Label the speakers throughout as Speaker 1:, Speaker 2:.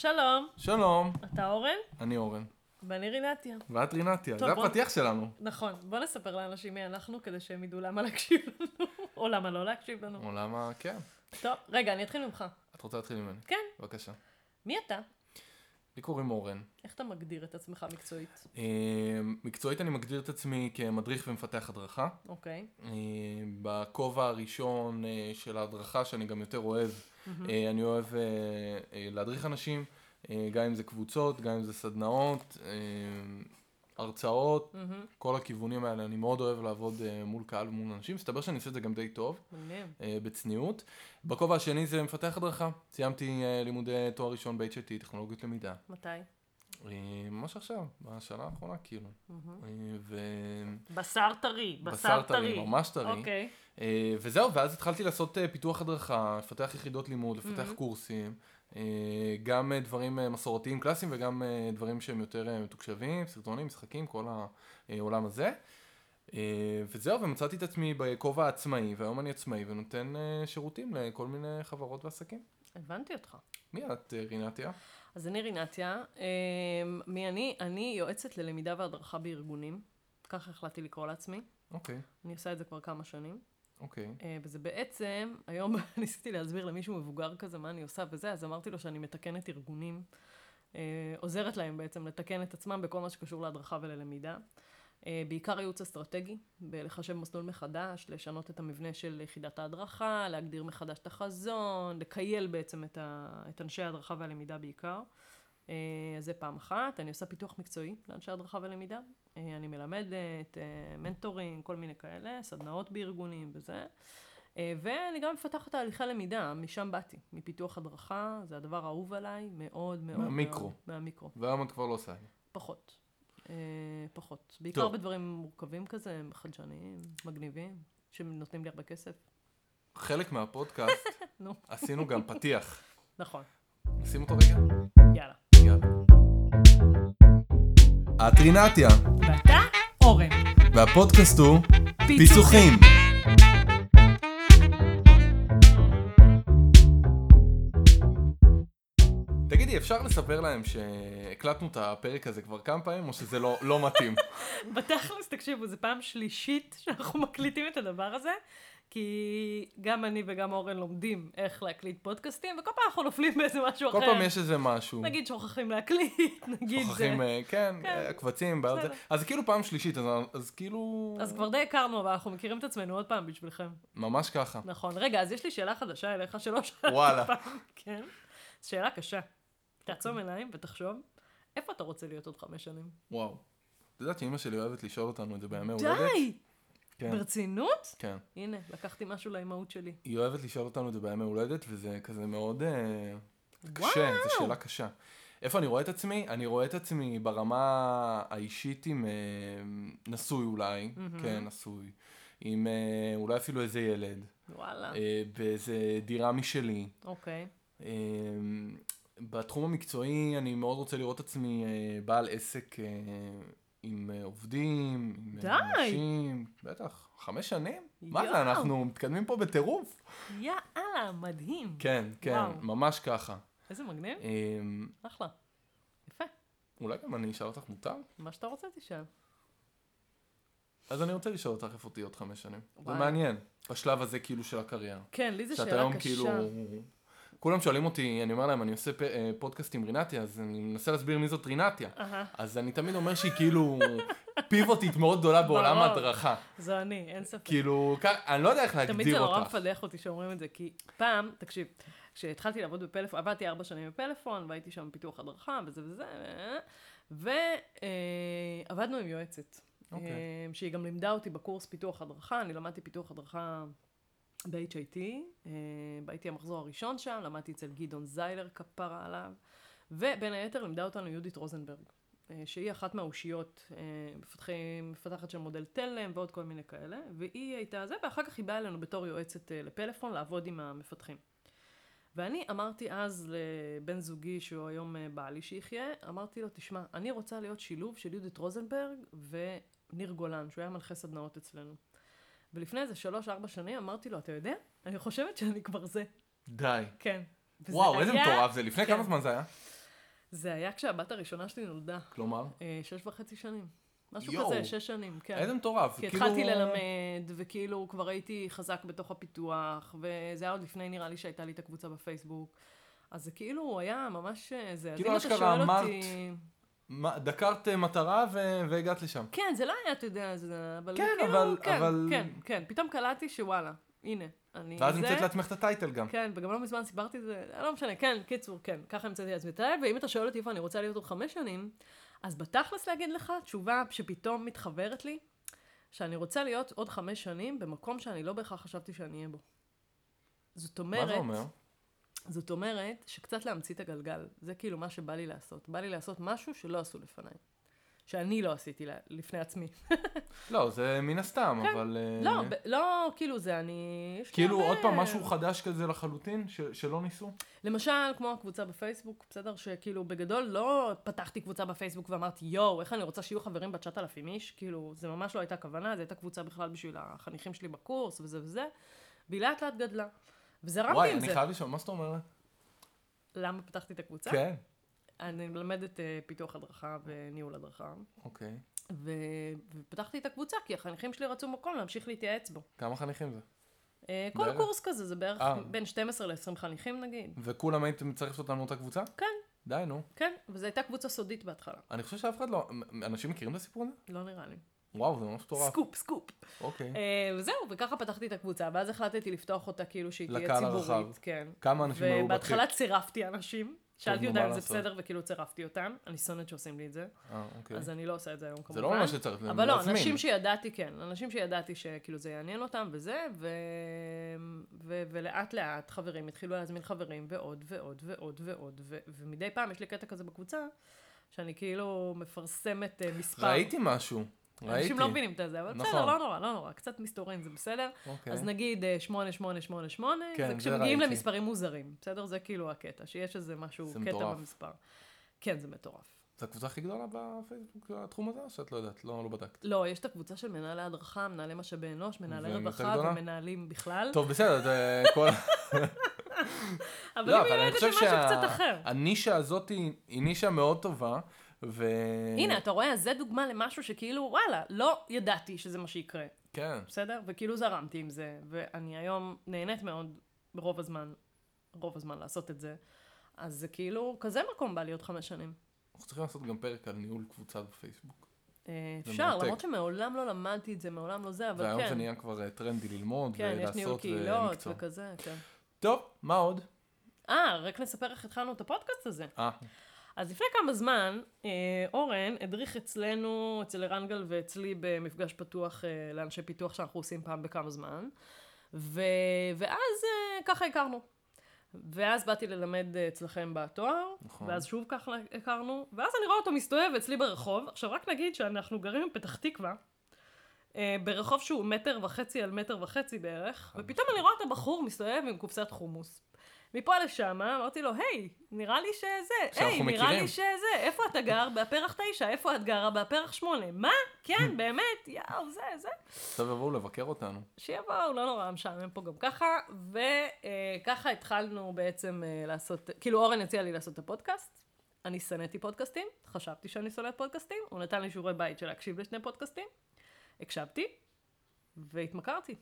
Speaker 1: שלום,
Speaker 2: שלום,
Speaker 1: אתה אורן?
Speaker 2: אני אורן,
Speaker 1: ואני רינתיה.
Speaker 2: ואת רינתיה,
Speaker 1: טוב,
Speaker 2: זה
Speaker 1: בוא-
Speaker 2: הפתיח שלנו.
Speaker 1: נכון, בוא נספר לאנשים מי אנחנו כדי שהם ידעו למה להקשיב לנו, או למה לא להקשיב לנו.
Speaker 2: או למה, כן.
Speaker 1: טוב, רגע, אני אתחיל ממך.
Speaker 2: את רוצה להתחיל ממני?
Speaker 1: כן.
Speaker 2: בבקשה.
Speaker 1: מי אתה?
Speaker 2: לי קוראים אורן.
Speaker 1: איך אתה מגדיר את עצמך מקצועית?
Speaker 2: אה, מקצועית אני מגדיר את עצמי כמדריך ומפתח הדרכה.
Speaker 1: אוקיי.
Speaker 2: אה, בכובע הראשון אה, של ההדרכה שאני גם יותר אוהב, אה, אני אוהב אה, אה, להדריך אנשים, אה, גם אם זה קבוצות, גם אם זה סדנאות, אה, הרצאות,
Speaker 1: מהמם,
Speaker 2: כל הכיוונים האלה. אני מאוד אוהב לעבוד אה, מול קהל ומול אנשים, מסתבר שאני עושה את זה גם די טוב.
Speaker 1: מגניב.
Speaker 2: אה, בצניעות. בכובע השני זה מפתח הדרכה. סיימתי אה, לימודי תואר ראשון ב-HIT, טכנולוגיות למידה.
Speaker 1: מתי?
Speaker 2: אה, ממש עכשיו, בשנה האחרונה כאילו.
Speaker 1: מהמם.
Speaker 2: אה, ו...
Speaker 1: בשר טרי,
Speaker 2: בשר טרי, ממש טרי.
Speaker 1: אוקיי.
Speaker 2: אה, וזהו, ואז התחלתי לעשות אה, פיתוח הדרכה, לפתח יחידות לימוד, לפתח
Speaker 1: מהמם.
Speaker 2: קורסים. אה, גם אה, דברים אה, מסורתיים קלאסיים וגם אה, דברים שהם יותר אה, מתוקשבים, סרטונים, משחקים, כל העולם הזה. אה, וזהו, ומצאתי את עצמי בכובע העצמאי, והיום אני עצמאי ונותן אה, שירותים לכל מיני חברות ועסקים.
Speaker 1: הבנתי אותך.
Speaker 2: מי את, אה, רינתיה?
Speaker 1: אז אני רינתיה, אה, מי אני? אני יועצת ללמידה והדרכה בארגונים, ככה החלטתי לקרוא לעצמי.
Speaker 2: אוקיי,
Speaker 1: אני עושה את זה כבר כמה שנים.
Speaker 2: אוקיי.
Speaker 1: אה, וזה בעצם, היום ניסיתי להסביר למישהו מבוגר כזה מה אני עושה וזה, אז אמרתי לו שאני מתקנת ארגונים, אה, עוזרת להם בעצם לתקן את עצמם בכל מה שקשור להדרכה וללמידה. אה, בעיקר ייעוץ אסטרטגי, בלחשב מסלול מחדש, לשנות את המבנה של יחידת ההדרכה, להגדיר מחדש את החזון, לקייל בעצם את, ה, את אנשי ההדרכה והלמידה בעיקר. אה, אז זה פעם אחת. אני עושה פיתוח מקצועי לאנשי הדרכה ולמידה. אה, אני מלמדת, אה, מנטורינג, כל מיני כאלה, סדנאות בארגונים וזה. אה, ואני גם מפתחת תהליכי למידה, משם באתי, מפיתוח הדרכה, זה הדבר האהוב עליי, מאוד מאוד.
Speaker 2: מהמיקרו.
Speaker 1: מאוד, מהמיקרו.
Speaker 2: והיום את כבר לא עושה את זה.
Speaker 1: פחות. אה, פחות. בעיקר
Speaker 2: טוב.
Speaker 1: בדברים מורכבים כזה, חדשניים, מגניבים, שנותנים לי הרבה כסף.
Speaker 2: חלק מהפודקאסט
Speaker 1: נו.
Speaker 2: עשינו גם פתיח.
Speaker 1: נכון,
Speaker 2: נשים אותו רגע.
Speaker 1: יאללה.
Speaker 2: יאללה. את רינתיה,
Speaker 1: ואתה, אורן.
Speaker 2: והפודקאסט הוא
Speaker 1: פיצוחים.
Speaker 2: תגידי, אפשר לספר להם שהקלטנו את הפרק הזה כבר כמה פעמים, או שזה לא, לא מתאים?
Speaker 1: בתכלס, תקשיבו, זו פעם שלישית שאנחנו מקליטים את הדבר הזה, כי גם אני וגם אורן לומדים איך להקליט פודקאסטים, וכל פעם אנחנו נופלים באיזה משהו אחר.
Speaker 2: כל פעם יש איזה משהו.
Speaker 1: כן. נגיד שוכחים להקליט, נגיד זה.
Speaker 2: שוכחים, אה, כן,
Speaker 1: כן.
Speaker 2: אה, קבצים, בעיות. זה.
Speaker 1: בסדר.
Speaker 2: אז כאילו פעם שלישית, אז, אז כאילו...
Speaker 1: אז כבר די הכרנו, אבל אנחנו מכירים את עצמנו עוד פעם בשבילכם.
Speaker 2: ממש ככה.
Speaker 1: נכון. רגע, אז יש לי שאלה חדשה אליך שלא שאלתי
Speaker 2: וואלה. אוקיי.
Speaker 1: פעם. כן. שאלה קשה. תעצום עיניים ותחשוב, איפה אתה רוצה להיות עוד חמש שנים?
Speaker 2: וואו. את יודעת שאימא שלי אוהבת לשאול אותנו את זה בימי הולדת?
Speaker 1: די!
Speaker 2: כן,
Speaker 1: ברצינות?
Speaker 2: כן.
Speaker 1: הנה, לקחתי משהו לאימהות שלי.
Speaker 2: היא אוהבת לשאול אותנו את זה בימי הולדת, וזה כזה מאוד אה, קשה,
Speaker 1: וואו!
Speaker 2: זו שאלה קשה. איפה אני רואה את עצמי? אני רואה את עצמי ברמה האישית עם אה, נשוי אולי,
Speaker 1: מהמם.
Speaker 2: כן, נשוי. עם אה, אולי אפילו איזה ילד,
Speaker 1: וואלה.
Speaker 2: אה, באיזה דירה משלי.
Speaker 1: אוקיי.
Speaker 2: אמ, בתחום המקצועי אני מאוד רוצה לראות עצמי אה, בעל עסק אה, עם אה, עובדים, עם אה,
Speaker 1: די.
Speaker 2: אנשים, בטח, חמש שנים? מה
Speaker 1: יואו.
Speaker 2: זה, אנחנו מתקדמים פה בטירוף?
Speaker 1: יאללה, מדהים.
Speaker 2: כן, כן,
Speaker 1: וואו.
Speaker 2: ממש ככה.
Speaker 1: איזה מגניב.
Speaker 2: אמ,
Speaker 1: אחלה. יפה.
Speaker 2: אולי גם אני אשאל אותך מותר?
Speaker 1: מה שאתה רוצה תשאל.
Speaker 2: אז אני רוצה לשאול אותך איפה תהיי עוד חמש שנים. זה
Speaker 1: וואי.
Speaker 2: מעניין, בשלב הזה כאילו של הקריירה.
Speaker 1: כן, לי זו
Speaker 2: שאת
Speaker 1: שאלה
Speaker 2: היום כאילו...
Speaker 1: קשה.
Speaker 2: כולם שואלים אותי, אני אומר להם, אני עושה פ- אה, פודקאסט עם רינתיה, אז אני מנסה להסביר מי זאת רינתיה.
Speaker 1: אהה,
Speaker 2: אז אני תמיד אומר שהיא כאילו פיבוטית מאוד גדולה בעולם
Speaker 1: ברור.
Speaker 2: ההדרכה.
Speaker 1: זו אני, אין ספק.
Speaker 2: כאילו, כ- אני לא יודע איך
Speaker 1: תמיד זה
Speaker 2: להגדיר
Speaker 1: נורא
Speaker 2: אותך.
Speaker 1: מפלח אותי שאומרים את זה, כי פעם, תקשיב, כשהתחלתי לעבוד בפלאפון, עבדתי ארבע שנים בפלאפון, והייתי שם פיתוח הדרכה וזה וזה, ועבדנו אה, עם יועצת,
Speaker 2: אוקיי.
Speaker 1: אה, שהיא גם לימדה אותי בקורס פיתוח הדרכה, אני למדתי פיתוח הדרכה ב-HIT, אה, הייתי המחזור הראשון שם, למדתי אצל גדעון זיילר, כפרה עליו, ובין היתר לימדה אותנו יהודית רוזנברג. אה, שהיא אחת מהאושיות, אה, מפתחי- מפתחת של מודל תלם ועוד כל מיני כאלה, והיא הייתה זה, ואחר כך היא באה אלינו בתור יועצת אה, לפלאפון לעבוד עם המפתחים. ואני אמרתי אז לבן זוגי, שהוא היום אה, בעלי שיחיה, אמרתי לו, תשמע, אני רוצה להיות שילוב של יהודית רוזנברג וניר גולן, שהוא היה מנחה סדנאות אצלנו. ולפני איזה שלוש-ארבע שנים אמרתי לו, אתה יודע, אני חושבת שאני כבר זה.
Speaker 2: די.
Speaker 1: כן. וזה
Speaker 2: וואו, איזה
Speaker 1: היה-
Speaker 2: מטורף זה. לפני
Speaker 1: כן.
Speaker 2: כמה זמן זה היה?
Speaker 1: זה היה כשהבת הראשונה שלי נולדה,
Speaker 2: כלומר,
Speaker 1: אה, שש וחצי שנים. משהו
Speaker 2: יואו.
Speaker 1: כזה, שש שנים, כן.
Speaker 2: איזה מטורף.
Speaker 1: כי
Speaker 2: כאילו-
Speaker 1: התחלתי ללמד, וכאילו כבר הייתי חזק בתוך הפיתוח, וזה היה עוד לפני, נראה לי, שהייתה לי את הקבוצה בפייסבוק. אז זה כאילו היה ממש אה, זה. אז
Speaker 2: כאילו,
Speaker 1: אם אתה
Speaker 2: אשכרה
Speaker 1: שואל
Speaker 2: אמרת-
Speaker 1: אותי-
Speaker 2: מה, דקרת אה, מטרה ו- והגעת לשם.
Speaker 1: כן, זה לא היה, אתה יודע, זה... אבל
Speaker 2: כן,
Speaker 1: כאילו,
Speaker 2: אבל-
Speaker 1: כן,
Speaker 2: אבל-
Speaker 1: כן, כן. פתאום קלטתי שוואלה, הנה, אני...
Speaker 2: ואז
Speaker 1: זה,
Speaker 2: המצאת לעצמך את הטייטל גם.
Speaker 1: כן, וגם לא מזמן סיפרתי את זה, לא משנה, כן, קיצור, כן, ככה המצאתי לעצמי את הלב, ואם אתה שואל אותי איפה אני רוצה להיות עוד חמש שנים, אז בתכלס להגיד לך, תשובה שפתאום מתחברת לי, שאני רוצה להיות עוד חמש שנים במקום שאני לא בהכרח חשבתי שאני אהיה בו. זאת אומרת...
Speaker 2: מה זה אומר?
Speaker 1: זאת אומרת, שקצת להמציא את הגלגל. זה כאילו מה שבא לי לעשות. בא לי לעשות משהו שלא עשו לפניי. שאני לא עשיתי לה- לפני עצמי.
Speaker 2: לא, זה מן הסתם,
Speaker 1: כן.
Speaker 2: אבל... אה,
Speaker 1: לא, ב- אה, לא, כאילו זה, אני... יש לי
Speaker 2: כאילו
Speaker 1: הרבה-
Speaker 2: עוד פעם משהו חדש כזה לחלוטין, ש- שלא ניסו?
Speaker 1: למשל, כמו הקבוצה בפייסבוק, בסדר? שכאילו, בגדול, לא פתחתי קבוצה בפייסבוק ואמרתי, יואו, איך אני רוצה שיהיו חברים בת 9,000 איש? כאילו, זה ממש לא הייתה כוונה, זו הייתה קבוצה בכלל בשביל החניכים שלי בקורס, וזה וזה. והיא לאט לאט גדלה. וזרמתי
Speaker 2: וואי,
Speaker 1: עם
Speaker 2: אני
Speaker 1: זה.
Speaker 2: חייב לשאול, מה זאת אומרת?
Speaker 1: למה פתחתי את הקבוצה?
Speaker 2: כן.
Speaker 1: אני מלמדת אה, פיתוח הדרכה וניהול הדרכה.
Speaker 2: אוקיי.
Speaker 1: ו... ופתחתי את הקבוצה, כי החניכים שלי רצו מקום להמשיך להתייעץ בו.
Speaker 2: כמה חניכים זה?
Speaker 1: אה, כל
Speaker 2: בערך?
Speaker 1: קורס כזה, זה בערך
Speaker 2: אה.
Speaker 1: בין 12 ל-20 חניכים נגיד.
Speaker 2: וכולם הייתם צריך לעשות לנו אותה קבוצה?
Speaker 1: כן.
Speaker 2: די, נו.
Speaker 1: כן, וזו הייתה קבוצה סודית בהתחלה,
Speaker 2: אני חושב שאף אחד לא... אנשים מכירים את הסיפור הזה?
Speaker 1: לא נראה לי.
Speaker 2: וואו, זה ממש מטורף.
Speaker 1: סקופ, סקופ.
Speaker 2: אוקיי.
Speaker 1: אה, וזהו, וככה פתחתי את הקבוצה, ואז החלטתי לפתוח אותה כאילו שהיא תהיה
Speaker 2: לקהל
Speaker 1: ציבורית.
Speaker 2: הרחב.
Speaker 1: כן.
Speaker 2: כמה אנשים היו בתחיל?
Speaker 1: ובהתחלה צירפתי אנשים, שאלתי
Speaker 2: נו,
Speaker 1: אותם
Speaker 2: מה
Speaker 1: אם זה
Speaker 2: לעשות?
Speaker 1: בסדר, וכאילו צירפתי אותם. אני שונאת שעושים לי את זה,
Speaker 2: אה, אוקיי.
Speaker 1: אז אני לא עושה את זה היום כמובן.
Speaker 2: זה לא ממש שצריך, זה
Speaker 1: אבל לא,
Speaker 2: להזמין.
Speaker 1: אנשים שידעתי, כן, אנשים שידעתי שכאילו זה יעניין אותם וזה, ו... ו... ולאט לאט חברים התחילו להזמין חברים ועוד ועוד ועוד ועוד, ו... ומדי פעם יש לי קטע כזה בקבוצה, שאני כאילו מפרסמת אה, מספר.
Speaker 2: ראיתי משהו. ראיתי.
Speaker 1: אנשים לא מבינים את זה, אבל
Speaker 2: נכון.
Speaker 1: בסדר, לא נורא, לא נורא, קצת מסתורים זה בסדר.
Speaker 2: אוקיי.
Speaker 1: אז נגיד אה, 8888,
Speaker 2: כן, זה
Speaker 1: זה כשמגיעים
Speaker 2: ראיתי.
Speaker 1: למספרים מוזרים, בסדר? זה כאילו הקטע, שיש איזה משהו,
Speaker 2: זה
Speaker 1: קטע
Speaker 2: מטורף.
Speaker 1: במספר. כן, זה מטורף.
Speaker 2: זו הקבוצה הכי גדולה בפייסבוק, התחום הזה, או שאת לא יודעת? לא לא בדקת.
Speaker 1: לא, יש את הקבוצה של מנהלי הדרכה, מנהלי משאבי אנוש, מנהלי
Speaker 2: והם יותר
Speaker 1: רווחה
Speaker 2: גדולה?
Speaker 1: ומנהלים בכלל.
Speaker 2: טוב, בסדר, זה כל...
Speaker 1: אבל
Speaker 2: לא,
Speaker 1: היא מיועדת למשהו קצת אחר.
Speaker 2: הנישה הזאת היא היא נישה מאוד טובה, ו...
Speaker 1: הנה, אתה רואה, אז זה דוגמה למשהו שכאילו, וואלה, לא ידעתי שזה מה שיקרה,
Speaker 2: כן.
Speaker 1: בסדר? וכאילו זרמתי עם זה, ואני היום נהנית מאוד ברוב הזמן, רוב הזמן לעשות את זה. אז זה כאילו, כזה מקום בא לי עוד חמש שנים.
Speaker 2: אנחנו צריכים לעשות גם פרק על ניהול קבוצה בפייסבוק.
Speaker 1: אה,
Speaker 2: זה
Speaker 1: אפשר,
Speaker 2: מרתק.
Speaker 1: למרות שמעולם לא למדתי את זה, מעולם לא זה, אבל
Speaker 2: והיום זה
Speaker 1: כן.
Speaker 2: נהיה כבר אה, טרנדי ללמוד
Speaker 1: כן, יש ניהול
Speaker 2: ולעשות
Speaker 1: קהילות
Speaker 2: ומקצוע.
Speaker 1: וכזה, כן.
Speaker 2: טוב, מה עוד?
Speaker 1: אה, רק נספר איך התחלנו את הפודקאסט הזה.
Speaker 2: אה,
Speaker 1: אז לפני כמה זמן, אה, אורן הדריך אצלנו, אצל ערנגל ואצלי, במפגש פתוח אה, לאנשי פיתוח שאנחנו עושים פעם בכמה זמן, ו... ואז אה, ככה הכרנו. ואז באתי ללמד אה, אצלכם בתואר,
Speaker 2: נכון.
Speaker 1: ואז שוב ככה הכרנו, ואז אני רואה אותו מסתובב אצלי ברחוב. עכשיו רק נגיד שאנחנו גרים בפתח תקווה, אה, ברחוב שהוא מטר וחצי על מטר וחצי בערך,
Speaker 2: אה.
Speaker 1: ופתאום אני רואה את הבחור מסתובב עם קופסת חומוס. מפה לשם, אה, אמרתי לו, היי, נראה לי שזה,
Speaker 2: שאנחנו
Speaker 1: היי, נראה
Speaker 2: מכירים."
Speaker 1: לי שזה, איפה אתה גר? בפרח תשע, איפה את גרה? בפרח שמונה. מה? כן, באמת, יאו, זה, זה.
Speaker 2: עכשיו יבואו לבקר אותנו.
Speaker 1: שיבואו, לא נורא, משעמם פה גם ככה. וככה התחלנו בעצם אה, לעשות, כאילו אורן הציע לי לעשות את הפודקאסט. אני שנאתי פודקאסטים, חשבתי שאני שונאת פודקאסטים, הוא נתן לי שיעורי בית של להקשיב לשני פודקאסטים, הקשבתי, והתמכרתי,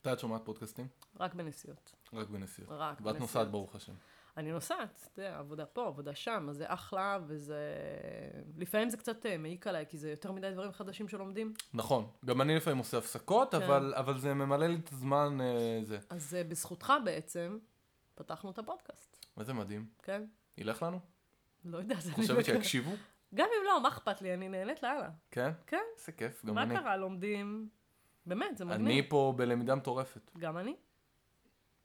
Speaker 2: מתי את שומעת פודקאסטים?
Speaker 1: רק בנסיעות.
Speaker 2: רק בנסיעות.
Speaker 1: רק
Speaker 2: ואת
Speaker 1: בנסיעות.
Speaker 2: נוסעת, ברוך השם.
Speaker 1: אני נוסעת, אתה יודע, עבודה פה, עבודה שם, אז זה אחלה, וזה... לפעמים זה קצת אה, מעיק עליי, כי זה יותר מדי דברים חדשים שלומדים.
Speaker 2: נכון, גם אני לפעמים עושה הפסקות,
Speaker 1: כן.
Speaker 2: אבל, אבל זה ממלא לי את הזמן אה, זה.
Speaker 1: אז אה, בזכותך בעצם, פתחנו את הפודקאסט,
Speaker 2: איזה מדהים.
Speaker 1: כן?
Speaker 2: ילך לנו?
Speaker 1: לא יודעת. אני-
Speaker 2: חושבת שיקשיבו?
Speaker 1: גם אם לא, מה אכפת לי? אני נהנית לאללה.
Speaker 2: כן?
Speaker 1: כן.
Speaker 2: איזה כיף, גם
Speaker 1: מה
Speaker 2: אני.
Speaker 1: קרה? לומדים... באמת, זה מגניב.
Speaker 2: אני פה בלמידה מטורפת.
Speaker 1: גם אני.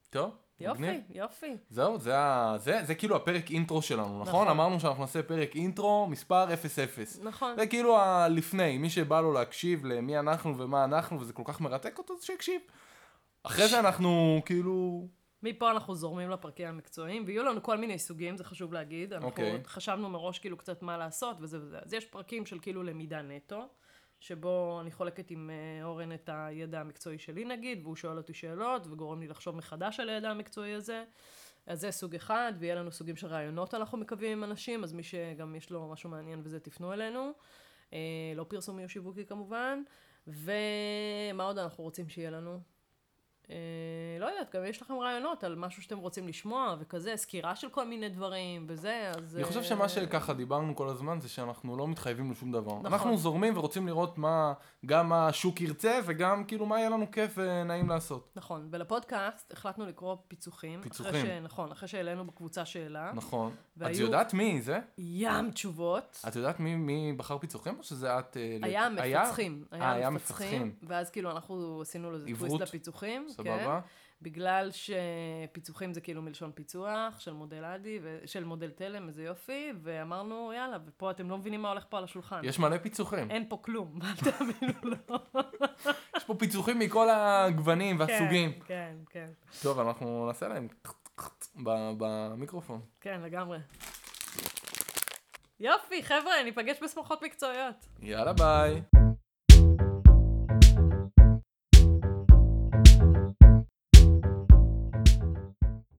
Speaker 2: טוב? מגניב.
Speaker 1: יופי, יופי.
Speaker 2: זהו, זה, ה... זה, זה כאילו הפרק אינטרו שלנו, נכון?
Speaker 1: נכון.
Speaker 2: אמרנו שאנחנו נעשה פרק אינטרו מספר 00.
Speaker 1: נכון.
Speaker 2: זה כאילו הלפני, מי שבא לו להקשיב למי אנחנו ומה אנחנו, וזה כל כך מרתק אותו, אז שיקשיב. אחרי זה אנחנו כאילו...
Speaker 1: מפה אנחנו זורמים לפרקים המקצועיים, ויהיו לנו כל מיני סוגים, זה חשוב להגיד. אנחנו
Speaker 2: אוקיי.
Speaker 1: עוד חשבנו מראש כאילו קצת מה לעשות וזה וזה. אז יש פרקים של כאילו למידה נטו, שבו אני חולקת עם אה, אורן את הידע המקצועי שלי נגיד, והוא שואל אותי שאלות, וגורם לי לחשוב מחדש על הידע המקצועי הזה. אז זה סוג אחד, ויהיה לנו סוגים של רעיונות אנחנו מקווים עם אנשים, אז מי שגם יש לו משהו מעניין וזה, תפנו אלינו. אה, לא פרסומי או שיווקי כמובן. ומה עוד אנחנו רוצים שיהיה לנו? אה, לא יודעת, גם יש לכם רעיונות על משהו שאתם רוצים לשמוע וכזה, סקירה של כל מיני דברים וזה, אז...
Speaker 2: אני חושב
Speaker 1: אה,
Speaker 2: שמה שככה דיברנו כל הזמן זה שאנחנו לא מתחייבים לשום דבר.
Speaker 1: נכון.
Speaker 2: אנחנו זורמים ורוצים לראות מה, גם מה השוק ירצה וגם כאילו מה יהיה לנו כיף ונעים לעשות.
Speaker 1: נכון, ולפודקאסט החלטנו לקרוא פיצוחים. אחרי
Speaker 2: פיצוחים.
Speaker 1: ש... נכון, אחרי שהעלינו בקבוצה שאלה.
Speaker 2: נכון. את
Speaker 1: אה? והיו-
Speaker 2: יודעת מי זה?
Speaker 1: ים תשובות.
Speaker 2: את יודעת מי, מי בחר פיצוחים או שזה את... אה,
Speaker 1: היה
Speaker 2: לית-
Speaker 1: מפצחים.
Speaker 2: אה, היה מפצחים.
Speaker 1: ואז כאילו אנחנו עשינו לזה
Speaker 2: עברות.
Speaker 1: טוויסט לפיצוחים. כן.
Speaker 2: סבבה?
Speaker 1: בגלל שפיצוחים זה כאילו מלשון פיצוח של מודל אדי, ו- של מודל תלם, איזה יופי, ואמרנו יאללה, ופה אתם לא מבינים מה הולך פה על השולחן.
Speaker 2: יש מלא פיצוחים.
Speaker 1: אין פה כלום, מה תאמינו לו?
Speaker 2: יש פה פיצוחים מכל הגוונים והסוגים.
Speaker 1: כן, כן, כן.
Speaker 2: טוב, אנחנו נעשה להם ב- במיקרופון.
Speaker 1: כן, לגמרי. יופי, חבר'ה, ניפגש בשמחות מקצועיות.
Speaker 2: יאללה ביי.